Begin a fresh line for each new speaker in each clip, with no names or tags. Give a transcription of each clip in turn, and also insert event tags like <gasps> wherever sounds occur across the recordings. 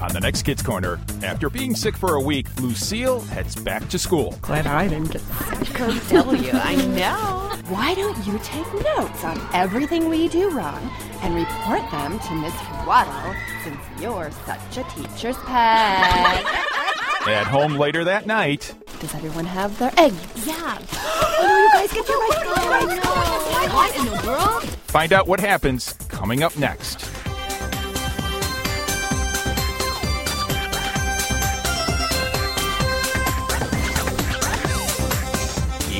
On the next Kids Corner, after being sick for a week, Lucille heads back to school.
Glad I didn't get sick.
Code W, I know.
Why don't you take notes on everything we do wrong and report them to Miss Waddle since you're such a teacher's pet?
At home later that night,
<laughs> Does everyone have their egg? <gasps>
Yeah.
Oh no, you guys get your eggs. Oh, no.
What in the world?
find out what happens coming up next.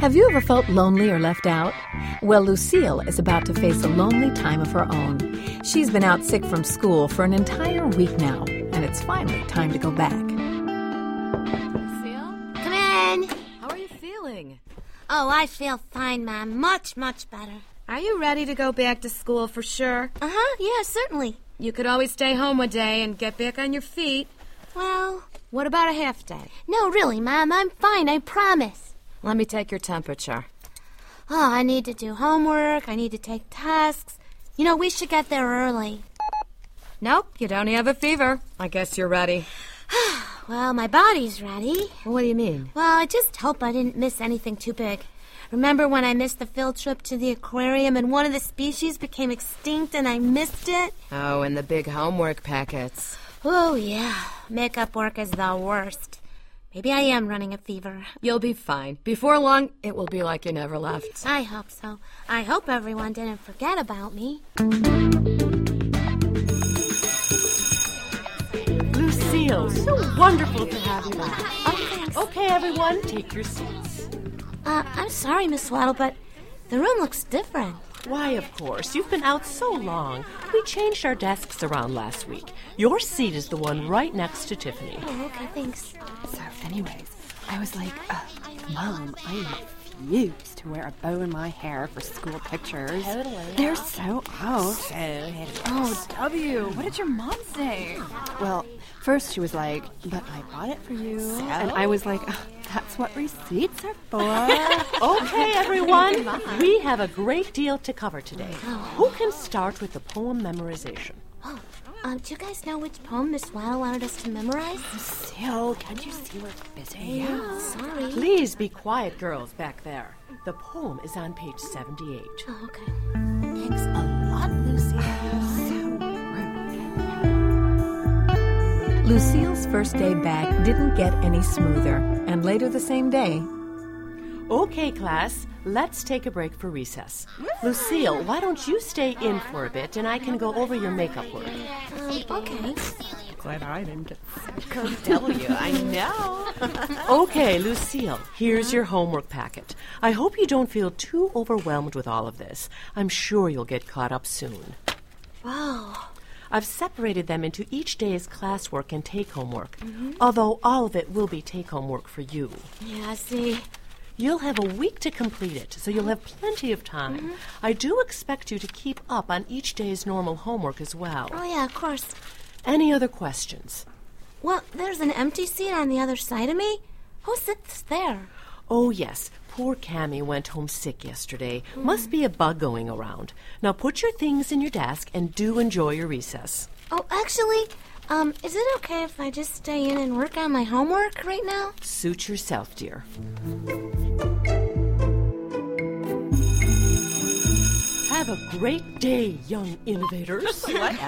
Have you ever felt lonely or left out? Well, Lucille is about to face a lonely time of her own. She's been out sick from school for an entire week now, and it's finally time to go back.
Lucille,
Come in.
how are you feeling?
Oh, I feel fine, Mom. Much, much better.
Are you ready to go back to school for sure?
Uh huh. Yeah, certainly.
You could always stay home a day and get back on your feet.
Well,
What about a half day?
no, really, Mom. I'm fine. I promise.
Let me take your temperature.
Oh, I need to do homework. I need to take tasks. You know, we should get there early.
Nope, you don't have a fever. I guess you're ready.
Well, my body's ready.
What do you mean?
Well, I just hope I didn't miss anything too big. Remember when I missed the field trip to the aquarium and one of the species became extinct and I missed it?
Oh, and the big homework packets.
Oh, yeah. Makeup work is the worst. Maybe I am running a fever.
You'll be fine. Before long, it will be like you never left.
I hope so. I hope everyone didn't forget about me.
Lucille, so wonderful to have you back. Okay, everyone, take your seats.
Oh, Uh, I'm sorry, Miss Waddle, but the room looks different.
Why, of course, you've been out so long. We changed our desks around last week. Your seat is the one right next to Tiffany.
Oh, okay, thanks.
So, anyways, I was like, uh, Mom, I refuse to wear a bow in my hair for school pictures. Totally. They're so out. So
Oh, W, what did your mom say?
Well, first she was like, but I bought it for you. And I was like, "Ugh, that's what receipts are for.
Okay, everyone, we have a great deal to cover today. Who can start with the poem memorization?
Oh, um, do you guys know which poem Miss Waddle wanted us to memorize?
Still, can't you see we're busy? Yeah.
Sorry.
Please be quiet, girls, back there. The poem is on page 78.
Oh, okay. Thanks a lot, Lucy. <laughs>
Lucille's first day back didn't get any smoother, and later the same day,
Okay, class, let's take a break for recess. Lucille, why don't you stay in for a bit and I can go over your makeup work?
Um, okay.
glad I didn't get
Code W, I know. <laughs>
Okay, Lucille, here's your homework packet. I hope you don't feel too overwhelmed with all of this. I'm sure you'll get caught up soon.
Wow.
I've separated them into each day's classwork and take home work, although all of it will be take home work for you.
Yeah, I see.
You'll have a week to complete it, so you'll have plenty of time. I do expect you to keep up on each day's normal homework as well.
Oh, yeah, of course.
Any other questions?
Well, there's an empty seat on the other side of me. Who sits there?
Oh, yes. Poor Cammy went home sick yesterday. Must be a bug going around. Now put your things in your desk and do enjoy your recess.
Oh, actually, um, is it okay if I just stay in and work on my homework right now?
Suit yourself, dear. Have a great day, young innovators.
Thank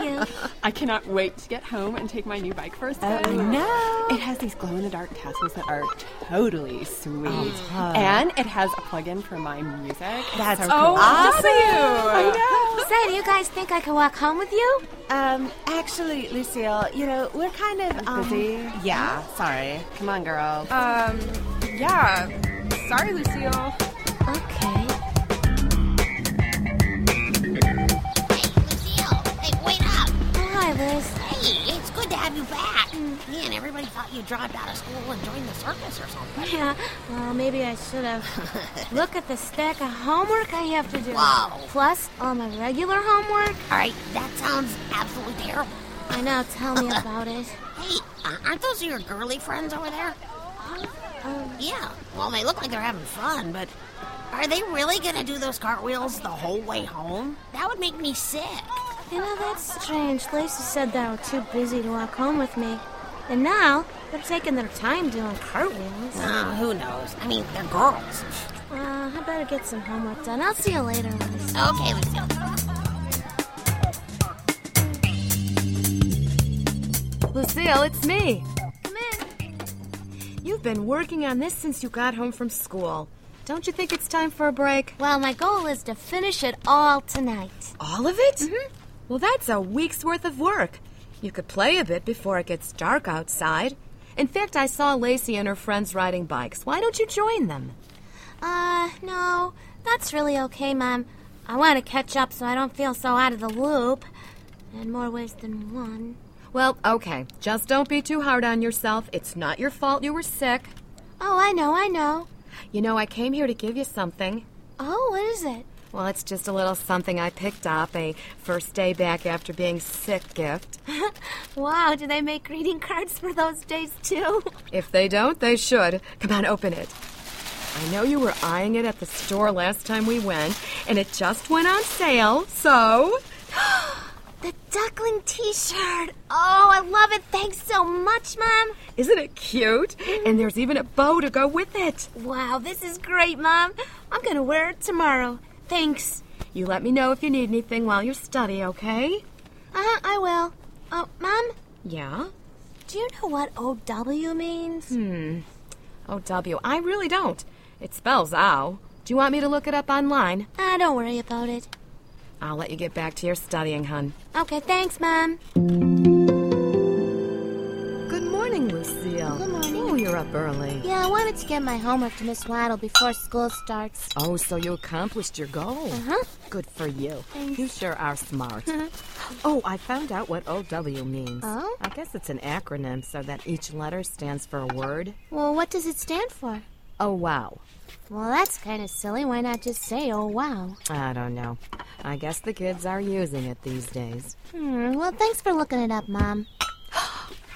you.
I cannot wait to get home and take my new bike for a
Oh,
spin.
Oh. It has these glow in the dark tassels that are totally sweet.
Oh,
huh.
And it has a plug in for my music. That's so
Oh,
cool.
W!
<laughs> Say, do you guys think I can walk home with you?
Um, actually, Lucille, you know, we're kind of um,
Busy? Yeah, sorry. Come on, girl.
Um, yeah. Sorry, Lucille.
Okay.
Hey, Lucille. Hey, wait up.
Oh, hi, Liz.
Hey, it's good to
have
you back. Man, everybody thought you dropped out of school and joined the circus or something.
Yeah, well, maybe I should <laughs> have. Look at the stack of homework I have to do.
Wow.
Plus all my regular homework.
All right, that sounds absolutely terrible.
I know. Tell me about <laughs> it.
Hey, uh, aren't those your girly friends over there?
Um,
yeah. Well, they look like they're having fun, but are they really gonna do those cartwheels the whole way home? That would make me sick.
You know, that's strange. Lacey said they were too busy to walk home with me. And now, they're taking their time doing cartwheels.
Uh, who knows? I mean, they're girls.
Uh, I better get some homework done. I'll see you later, Lacey.
Okay, Lucille.
Lucille, it's me.
Come in.
You've been working on this since you got home from school. Don't you think it's time for a break?
Well, my goal is to finish it all tonight.
All of it? Mm-hmm. Well, that's a week's worth of work. You could play a bit before it gets dark outside. In fact, I saw Lacey and her friends riding bikes. Why don't you join them?
Uh, no. That's really okay, Mom. I want to catch up so I don't feel so out of the loop. In more ways than one.
Well, okay. Just don't be too hard on yourself. It's not your fault you were sick.
Oh, I know, I know.
You know, I came here to give you something.
Oh, what is it?
Well, it's just a little something I picked up a first day back after being sick gift. <laughs>
Wow, do they make greeting cards for those days too?
If they don't, they should. Come on, open it. I know you were eyeing it at the store last time we went, and it just went on sale, so.
<gasps> The duckling t shirt. Oh, I love it. Thanks so much, Mom.
Isn't it cute? And there's even a bow to go with it.
Wow, this is great, Mom. I'm going to wear it tomorrow. Thanks.
You let me know if you need anything while you study, okay?
Uh huh, I will. Oh, Mom,
Yeah?
do you know what OW means?
OW. I really don't. It spells ow. Do you want me to look it up online?
Ah, don't worry about it.
I'll let you get back to your studying, hun.
Okay, thanks, Mom.
Good morning, Lucille. Good morning. Oh, you're up early.
Yeah, I wanted to get my homework to Miss Waddle before school starts.
Oh, so you accomplished your goal.
Uh-huh.
Huh?
Good for you. You sure are smart. oh, I found out what OW means.
Oh?
I guess it's an acronym so that each letter stands for a word.
Well, what does it stand for?
Oh, wow.
Well, that's kind of silly. Why not just say, oh, wow?
I don't know. I guess the kids are using it these days.
Hmm, well, thanks for looking it up, Mom.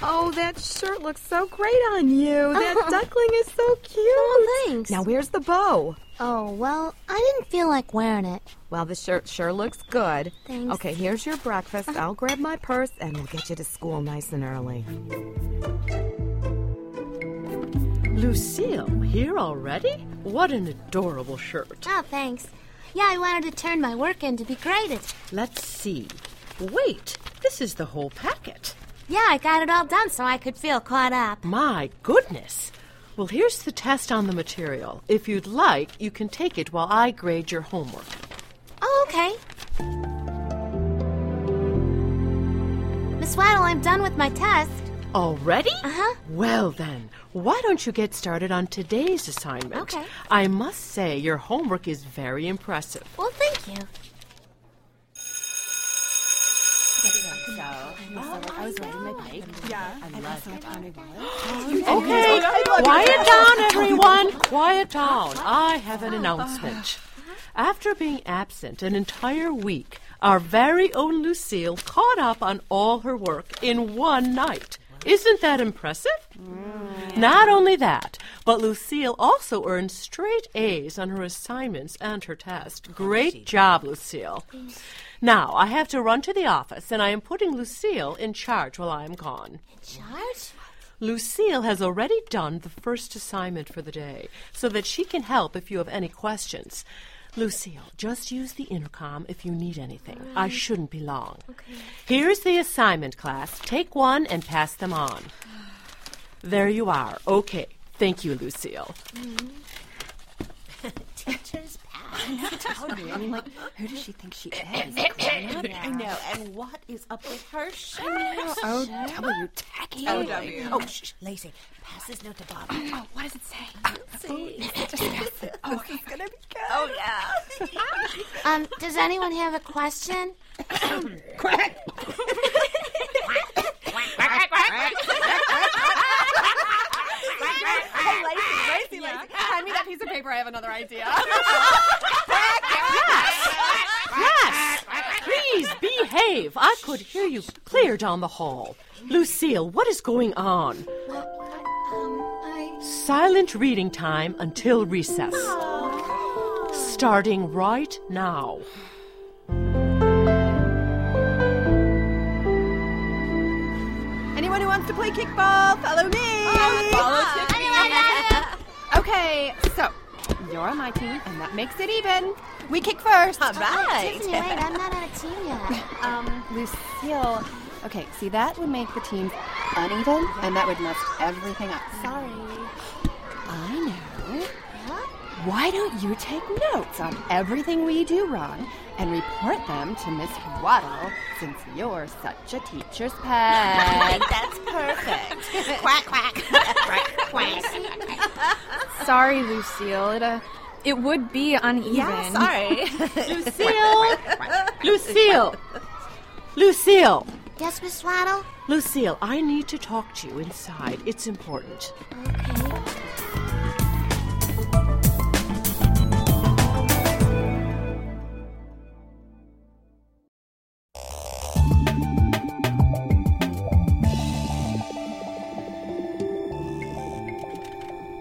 Oh, that shirt looks so great on you.
<laughs>
That duckling is so cute.
Oh, thanks.
Now, where's the bow?
Oh, well, I didn't feel like wearing it.
Well, the shirt sure looks good.
Thanks.
Okay, here's your breakfast.
Uh-huh.
I'll grab my purse and we'll get you to school nice and early.
Lucille, here already? What an adorable shirt.
Oh, thanks. Yeah, I wanted to turn my work in to be graded.
Let's see. Wait, this is the whole packet.
Yeah, I got it all done so I could feel caught up.
My goodness. Well, here's the test on the material. If you'd like, you can take it while I grade your homework.
Oh, okay. Miss Waddle, I'm done with my test.
Already? Uh
Uh-huh.
Well, then, why don't you get started on today's assignment?
Okay.
I must say, your homework is very impressive.
Well, thank you.
I was riding my bike. Yeah. I lost my tiny wallet.
Okay, quiet down, everyone. Quiet down. I have an announcement. After being absent an entire week, our very own Lucille caught up on all her work in one night. Isn't that impressive? Not only that, but Lucille also earned straight A's on her assignments and her test. Great job, Lucille. Now, I have to run to the office, and I am putting Lucille in charge while I am gone.
Charge?
Lucille has already done the first assignment for the day, so that she can help if you have any questions. Lucille, just use the intercom if you need anything. I shouldn't be long. Okay. Here's the assignment, class. Take one and pass them on. There you are. Okay. Thank you, Lucille.
Mm-hmm. <laughs> Teachers pass.
<laughs>
I'm like, who does she think she is?
<coughs> I know. And what is up with her shirt?
O.W. Tacky.
OW.
Oh, shh, shh, Lacey, pass this note to Bob.
Oh, what does it say?
Oh, yeah.
Um, does anyone have a question?
Hey, Lacey, Lacey, Lacey. Hand me that piece of paper. I have another idea.
Yes! Please behave. I could hear you clear down the hall. Lucille, what is going on?
Um,
Silent reading time until recess. Starting right now.
Anyone who wants to play kickball, follow me. Oh, Follow <laughs> Tiffany. Okay, so you're on my team, and that makes it even. We kick first. All
Oh, Tiffany, wait, I'm not on a team yet. <laughs>
um, Lucille. Okay, see that would make the teams uneven, and that would mess everything up.
Sorry.
I know. Why don't you take notes on everything we do wrong and report them to Miss Waddle since you're such a teacher's <laughs> pet?
<laughs> That's perfect. quack, quack. <laughs> quack, quack.
Sorry, Lucille. It, uh, it would be uneven. <laughs>
Yeah,
<laughs>
sorry.
Lucille! Lucille! Lucille!
Yes, Miss Waddle?
Lucille, I need to talk to you inside. It's important.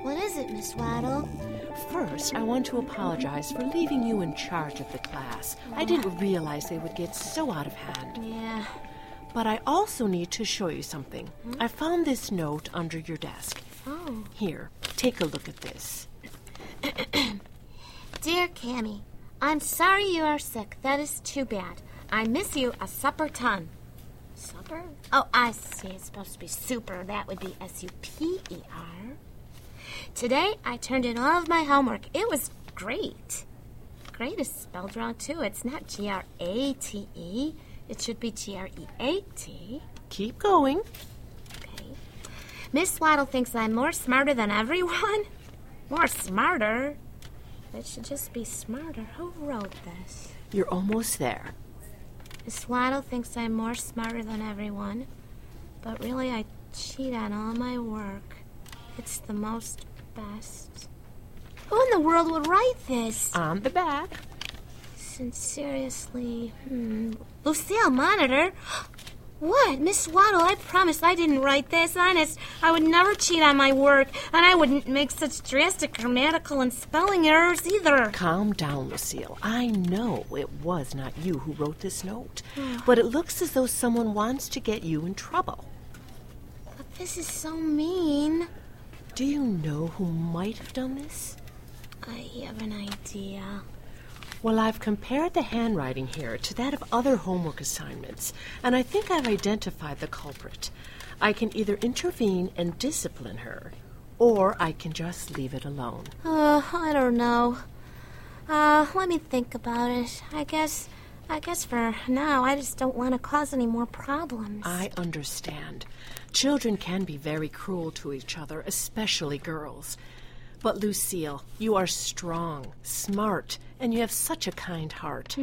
What is it, Miss Waddle?
First, I want to apologize for leaving you in charge of the class. I didn't realize they would get so out of hand.
Yeah.
But I also need to show you something. I found this note under your desk.
Oh.
Here, take a look at this.
Dear Cammy, I'm sorry you are sick. That is too bad. I miss you a supper ton. Supper? Oh, I see. It's supposed to be super. That would be S U P E R. Today, I turned in all of my homework. It was great. Great is spelled wrong, too. It's not G R A T E, it should be G R E A T.
Keep going.
Okay. Miss Waddle thinks I'm more smarter than everyone. <laughs> More smarter. That should just be smarter. Who wrote this?
You're almost there.
Miss Waddle thinks I'm more smarter than everyone, but really I cheat on all my work. It's the most best. Who in the world would write this?
On the back.
Since seriously, hmm. Lucille, monitor. <gasps> What, Miss Waddle? I promise I didn't write this. Honest, I would never cheat on my work, and I wouldn't make such drastic grammatical and spelling errors either.
Calm down, Lucille. I know it was not you who wrote this note, but it looks as though someone wants to get you in trouble.
But this is so mean.
Do you know who might have done this?
I have an idea.
Well, I've compared the handwriting here to that of other homework assignments, and I think I've identified the culprit. I can either intervene and discipline her, or I can just leave it alone.
Uh, I don't know. Uh, let me think about it. I guess, I guess for now, I just don't want to cause any more problems.
I understand. Children can be very cruel to each other, especially girls. But Lucille, you are strong, smart, and you have such a kind heart.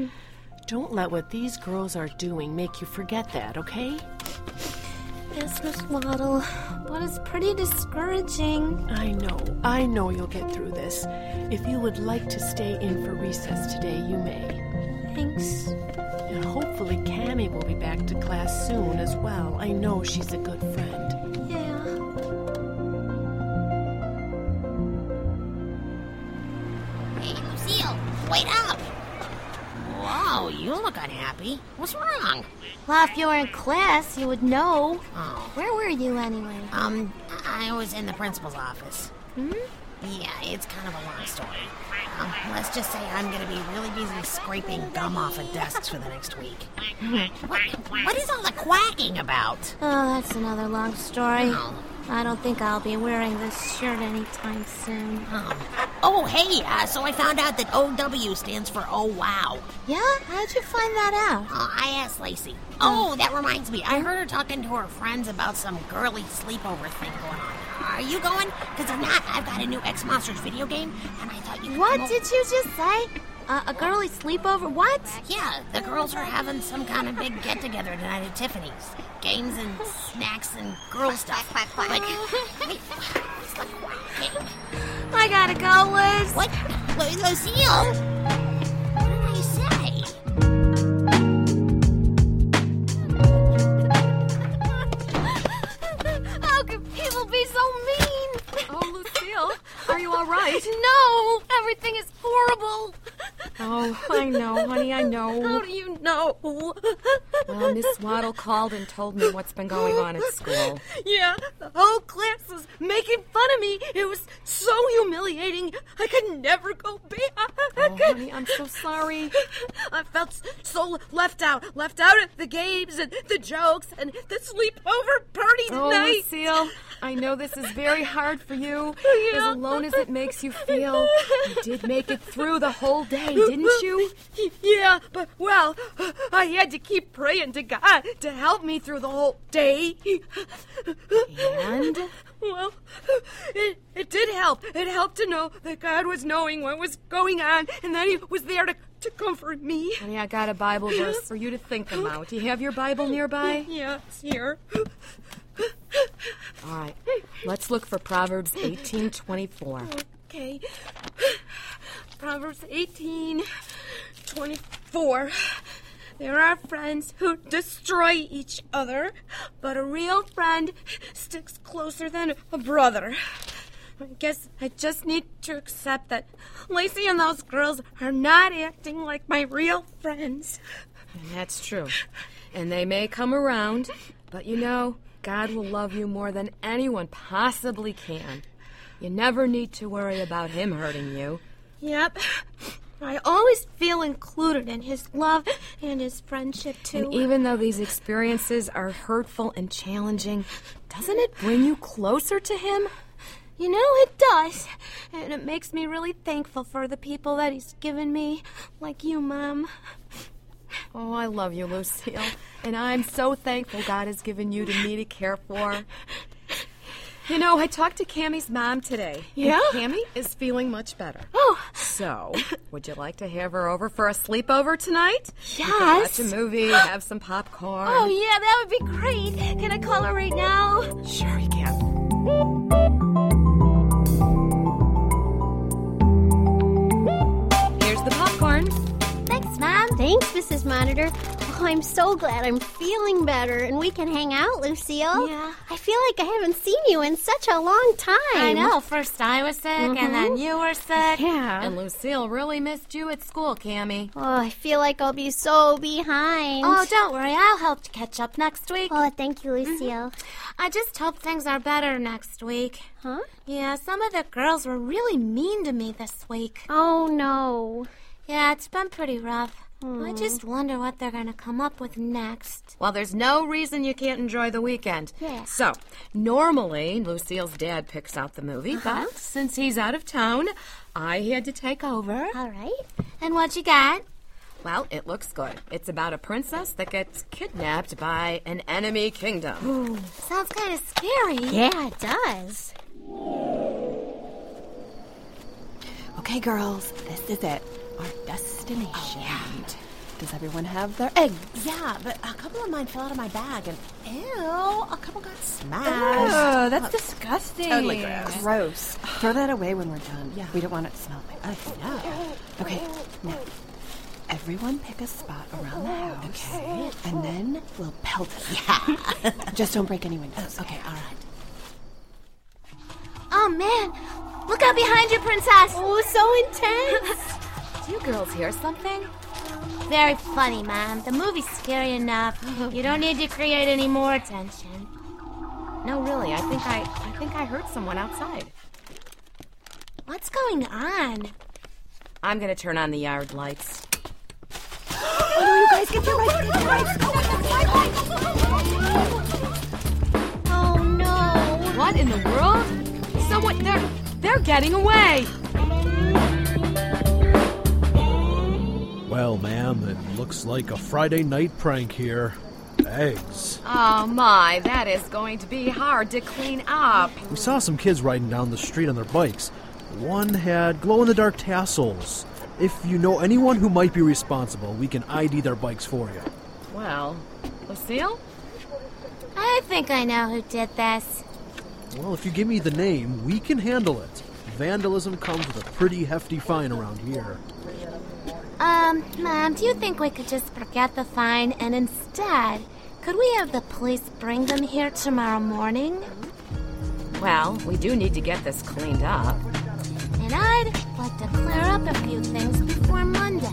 Don't let what these girls are doing make you forget that, okay?
Yes, Miss Waddle, but it's pretty discouraging.
I know, I know you'll get through this. If you would like to stay in for recess today, you may.
Thanks.
And hopefully, Cammie will be back to class soon as well. I know she's a good friend.
Yeah.
Hey, Lucille, wait up. Wow, you look unhappy. What's wrong?
Well, if you were in class, you would know.
Oh,
Where were you anyway?
um, I was in the principal's office. Hmm? Yeah, it's kind of a long story. Um, let's just say I'm going to be really busy scraping gum off of desks for the next week. what, what is all the quacking about?
Oh, that's another long story.
Oh.
I don't think I'll be wearing this shirt anytime soon.
Um, oh, hey, uh, so I found out that OW stands for Oh Wow.
Yeah? How'd you find that out?
Uh, I asked Lacey. Oh, that reminds me. I heard her talking to her friends about some girly sleepover thing going on. Are you going? Because if not, I've got a new X Monsters video game, and I thought you could. come
What
over-
did you just say? Uh, a girly sleepover? What?
Yeah, the girls are having some kind of big get together tonight at Tiffany's. Games and snacks and girl stuff. But wait, it's like whacking.
I gotta go, Liz.
What? Lu- Lucille? What did I say?
<laughs> How could people be so mean?
Oh, Lucille, are you all right?
<laughs> No, everything is horrible.
<laughs> Oh, I know, honey, I
<laughs>
<laughs>
How
know.
do you know?
Well, Miss Waddle called and told me what's been going on at
<laughs>
school.
Yeah, the whole Oh, class was making fun of me. It was so humiliating. I could never go back.
Oh, honey, I'm so sorry.
I felt so left out. Left out at the games and the jokes and the sleepover party
Oh,
tonight.
Lucille, I know this is very hard for you.
<laughs> Yeah.
As alone as it makes you feel, you did make it through the whole day, didn't you?
Yeah, but well, I had to keep praying to God to help me through the whole day.
And?
Well, it, it did help. It helped to know that God was knowing what was going on and that He was there to, to comfort me.
Honey, I got a Bible verse for you to think about. Do you have your Bible nearby?
Yeah, it's here.
All right. Let's look for Proverbs 18:24.
Okay. Proverbs 18 24. There are friends who destroy each other, but a real friend sticks closer than a brother. I guess I just need to accept that Lacey and those girls are not acting like my real friends.
And that's true. And they may come around, but you know, God will love you more than anyone possibly can. You never need to worry about him hurting you.
Yep. I always feel included in his love and his friendship, too.
And e- even though these experiences are hurtful and challenging, doesn't it bring you closer to him?
You know, it does. And it makes me really thankful for the people that he's given me, like you, Mom.
Oh, I love you, Lucille. And I'm so thankful God has given you to me to care for. You know, I talked to Cammy's mom today.
Yeah?
And Cammy is feeling much better.
Oh,
So, would you like to have her over for a sleepover tonight?
yes.
Watch a movie, have some popcorn.
Oh, yeah, that would be great. Can I call her right now?
sure you can. Here's the popcorn.
Thanks, Mom.
Thanks, Mrs. Monitor. Oh, I'm so glad I'm feeling better and we can hang out, Lucille.
Yeah.
I feel like I haven't seen you in such a long time.
I know. Mm-hmm. First I was sick, and then you were sick.
Yeah.
And Lucille really missed you at school, Cammy.
Oh, I feel like I'll be so behind.
Oh, don't worry. I'll help to catch up next week.
Oh, thank you, Lucille.
I just hope things are better next week.
Huh?
Yeah, some of the girls were really mean to me this week.
Oh, no.
Yeah, it's been pretty rough.
Hmm.
I just wonder what they're going to come up with next.
Well, there's no reason you can't enjoy the weekend.
Yeah.
So, normally Lucille's dad picks out the movie,
Uh-huh.
but since he's out of town, I had to take over.
All right.
And what you got?
Well, it looks good. It's about a princess that gets kidnapped by an enemy kingdom.
Sounds kind of scary.
Yeah, it does.
Okay, girls, this is it. Our destination.
Oh,
Does everyone have their eggs?
Yeah, but a couple of mine fell out of my bag, and ew, a couple got smashed.
Oh, that's disgusting.
Totally gross.
Gross. Throw that away when we're done. Yeah. We don't want it to smell like eggs.
No.
Okay, now, everyone pick a spot around the house. Okay. And then we'll pelt it. <laughs> Yeah. Just don't break any windows. Okay, all right.
Oh, man. Look out behind you, princess.
Oh, so
<laughs>
intense.
Do you girls hear something?
Very funny, Mom. The movie's scary enough. You don't need to create any more tension.
No, really. I think I, I think I heard someone outside.
What's going on?
I'm gonna turn on the yard lights.
oh, no.
What in the world? Someone they're they're getting away.
Well, ma'am, it looks like a Friday night prank here. Eggs.
Oh my, that is going to be hard to clean up.
We saw some kids riding down the street on their bikes. One had glow in the dark tassels, If you know anyone who might be responsible, we can ID their bikes for you.
Well, Lucille?
I think I know who did this.
Well, if you give me the name, we can handle it. Vandalism comes with a pretty hefty fine around here.
Um, Mom, do you think we could just forget the fine and instead, could we have the police bring them here tomorrow morning?
Well, we do need to get this cleaned up.
And I'd like to clear up a few things before Monday.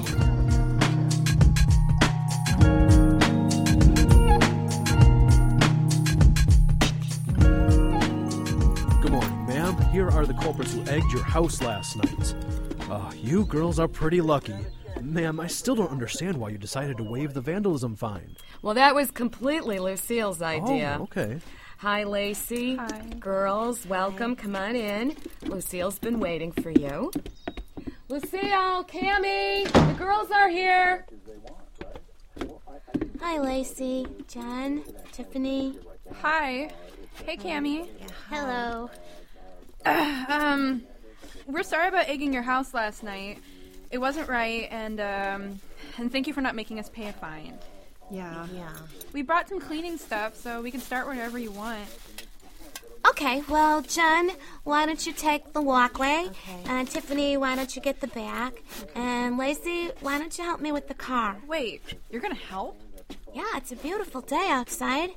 Good morning, ma'am. Here are the culprits who egged your house last night. Uh, you girls are pretty lucky. Ma'am, I still don't understand why you decided to waive the vandalism fine.
Well, that was completely Lucille's idea.
Oh, okay.
Hi, Lacey. Hi. Girls, welcome. Come on in. Lucille's been waiting for you. Lucille, Cammy, the girls are here.
Hi, Lacey, Jen, Tiffany.
Hi. Hey, Cammy.
Hello.
um, we're sorry about egging your house last night. It wasn't right, and um, and thank you for not making us pay a fine.
Yeah.
Yeah. We brought some cleaning stuff, so we can start whenever you want.
Okay, well, Jen, why don't you take the walkway? And Tiffany, why don't you get the back? And Lacey, why don't you help me with the car?
Wait, you're gonna help?
Yeah, it's a beautiful day outside.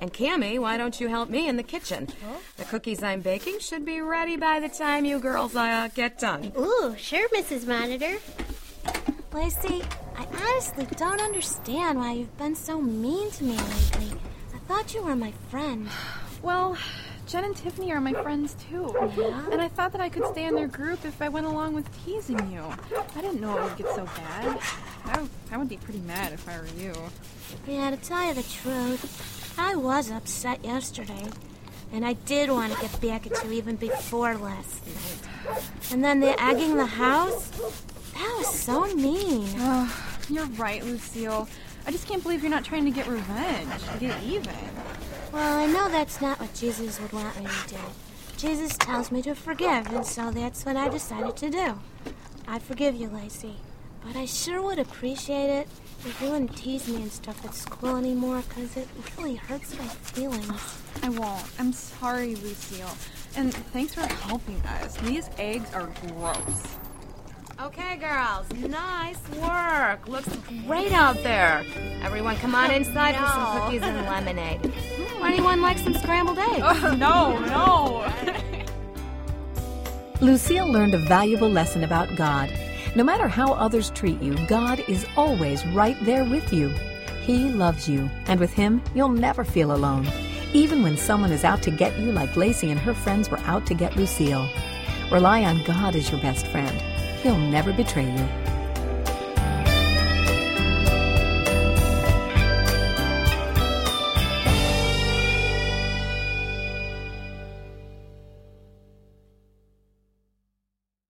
And Cammy, why don't you help me in the kitchen? The cookies I'm baking should be ready by the time you girls uh, get done.
Ooh, sure, Mrs. Monitor.
Lacey, I honestly don't understand why you've been so mean to me lately. I thought you were my friend.
Well, Jen and Tiffany are my friends too.
Yeah?
And I thought that I could stay in their group if I went along with teasing you. I didn't know it would get so bad. I, w- I would be pretty mad if I were you.
Yeah, to tell you the truth, I was upset yesterday. And I did want to get back at you even before last night. And then the egging the house? That was so mean.
Oh, you're right, Lucille. I just can't believe you're not trying to get revenge, to get even.
Well, I know that's not what Jesus would want me to do. Jesus tells me to forgive, and so that's what I decided to do. I forgive you, Lacey. But I sure would appreciate it if you wouldn't tease me and stuff at school anymore, because it really hurts my feelings.
I won't. I'm sorry, Lucille. And thanks for helping us. These eggs are gross.
Okay, girls, nice work. Looks great out there. Everyone, come on inside for some cookies
<laughs>
and lemonade. Hmm, Anyone like some scrambled eggs?
Oh, no, no.
Lucille learned a valuable lesson about God. No matter how others treat you, God is always right there with you. He loves you, and with Him, you'll never feel alone, even when someone is out to get you, like Lacey and her friends were out to get Lucille. Rely on God as your best friend. He'll never betray you.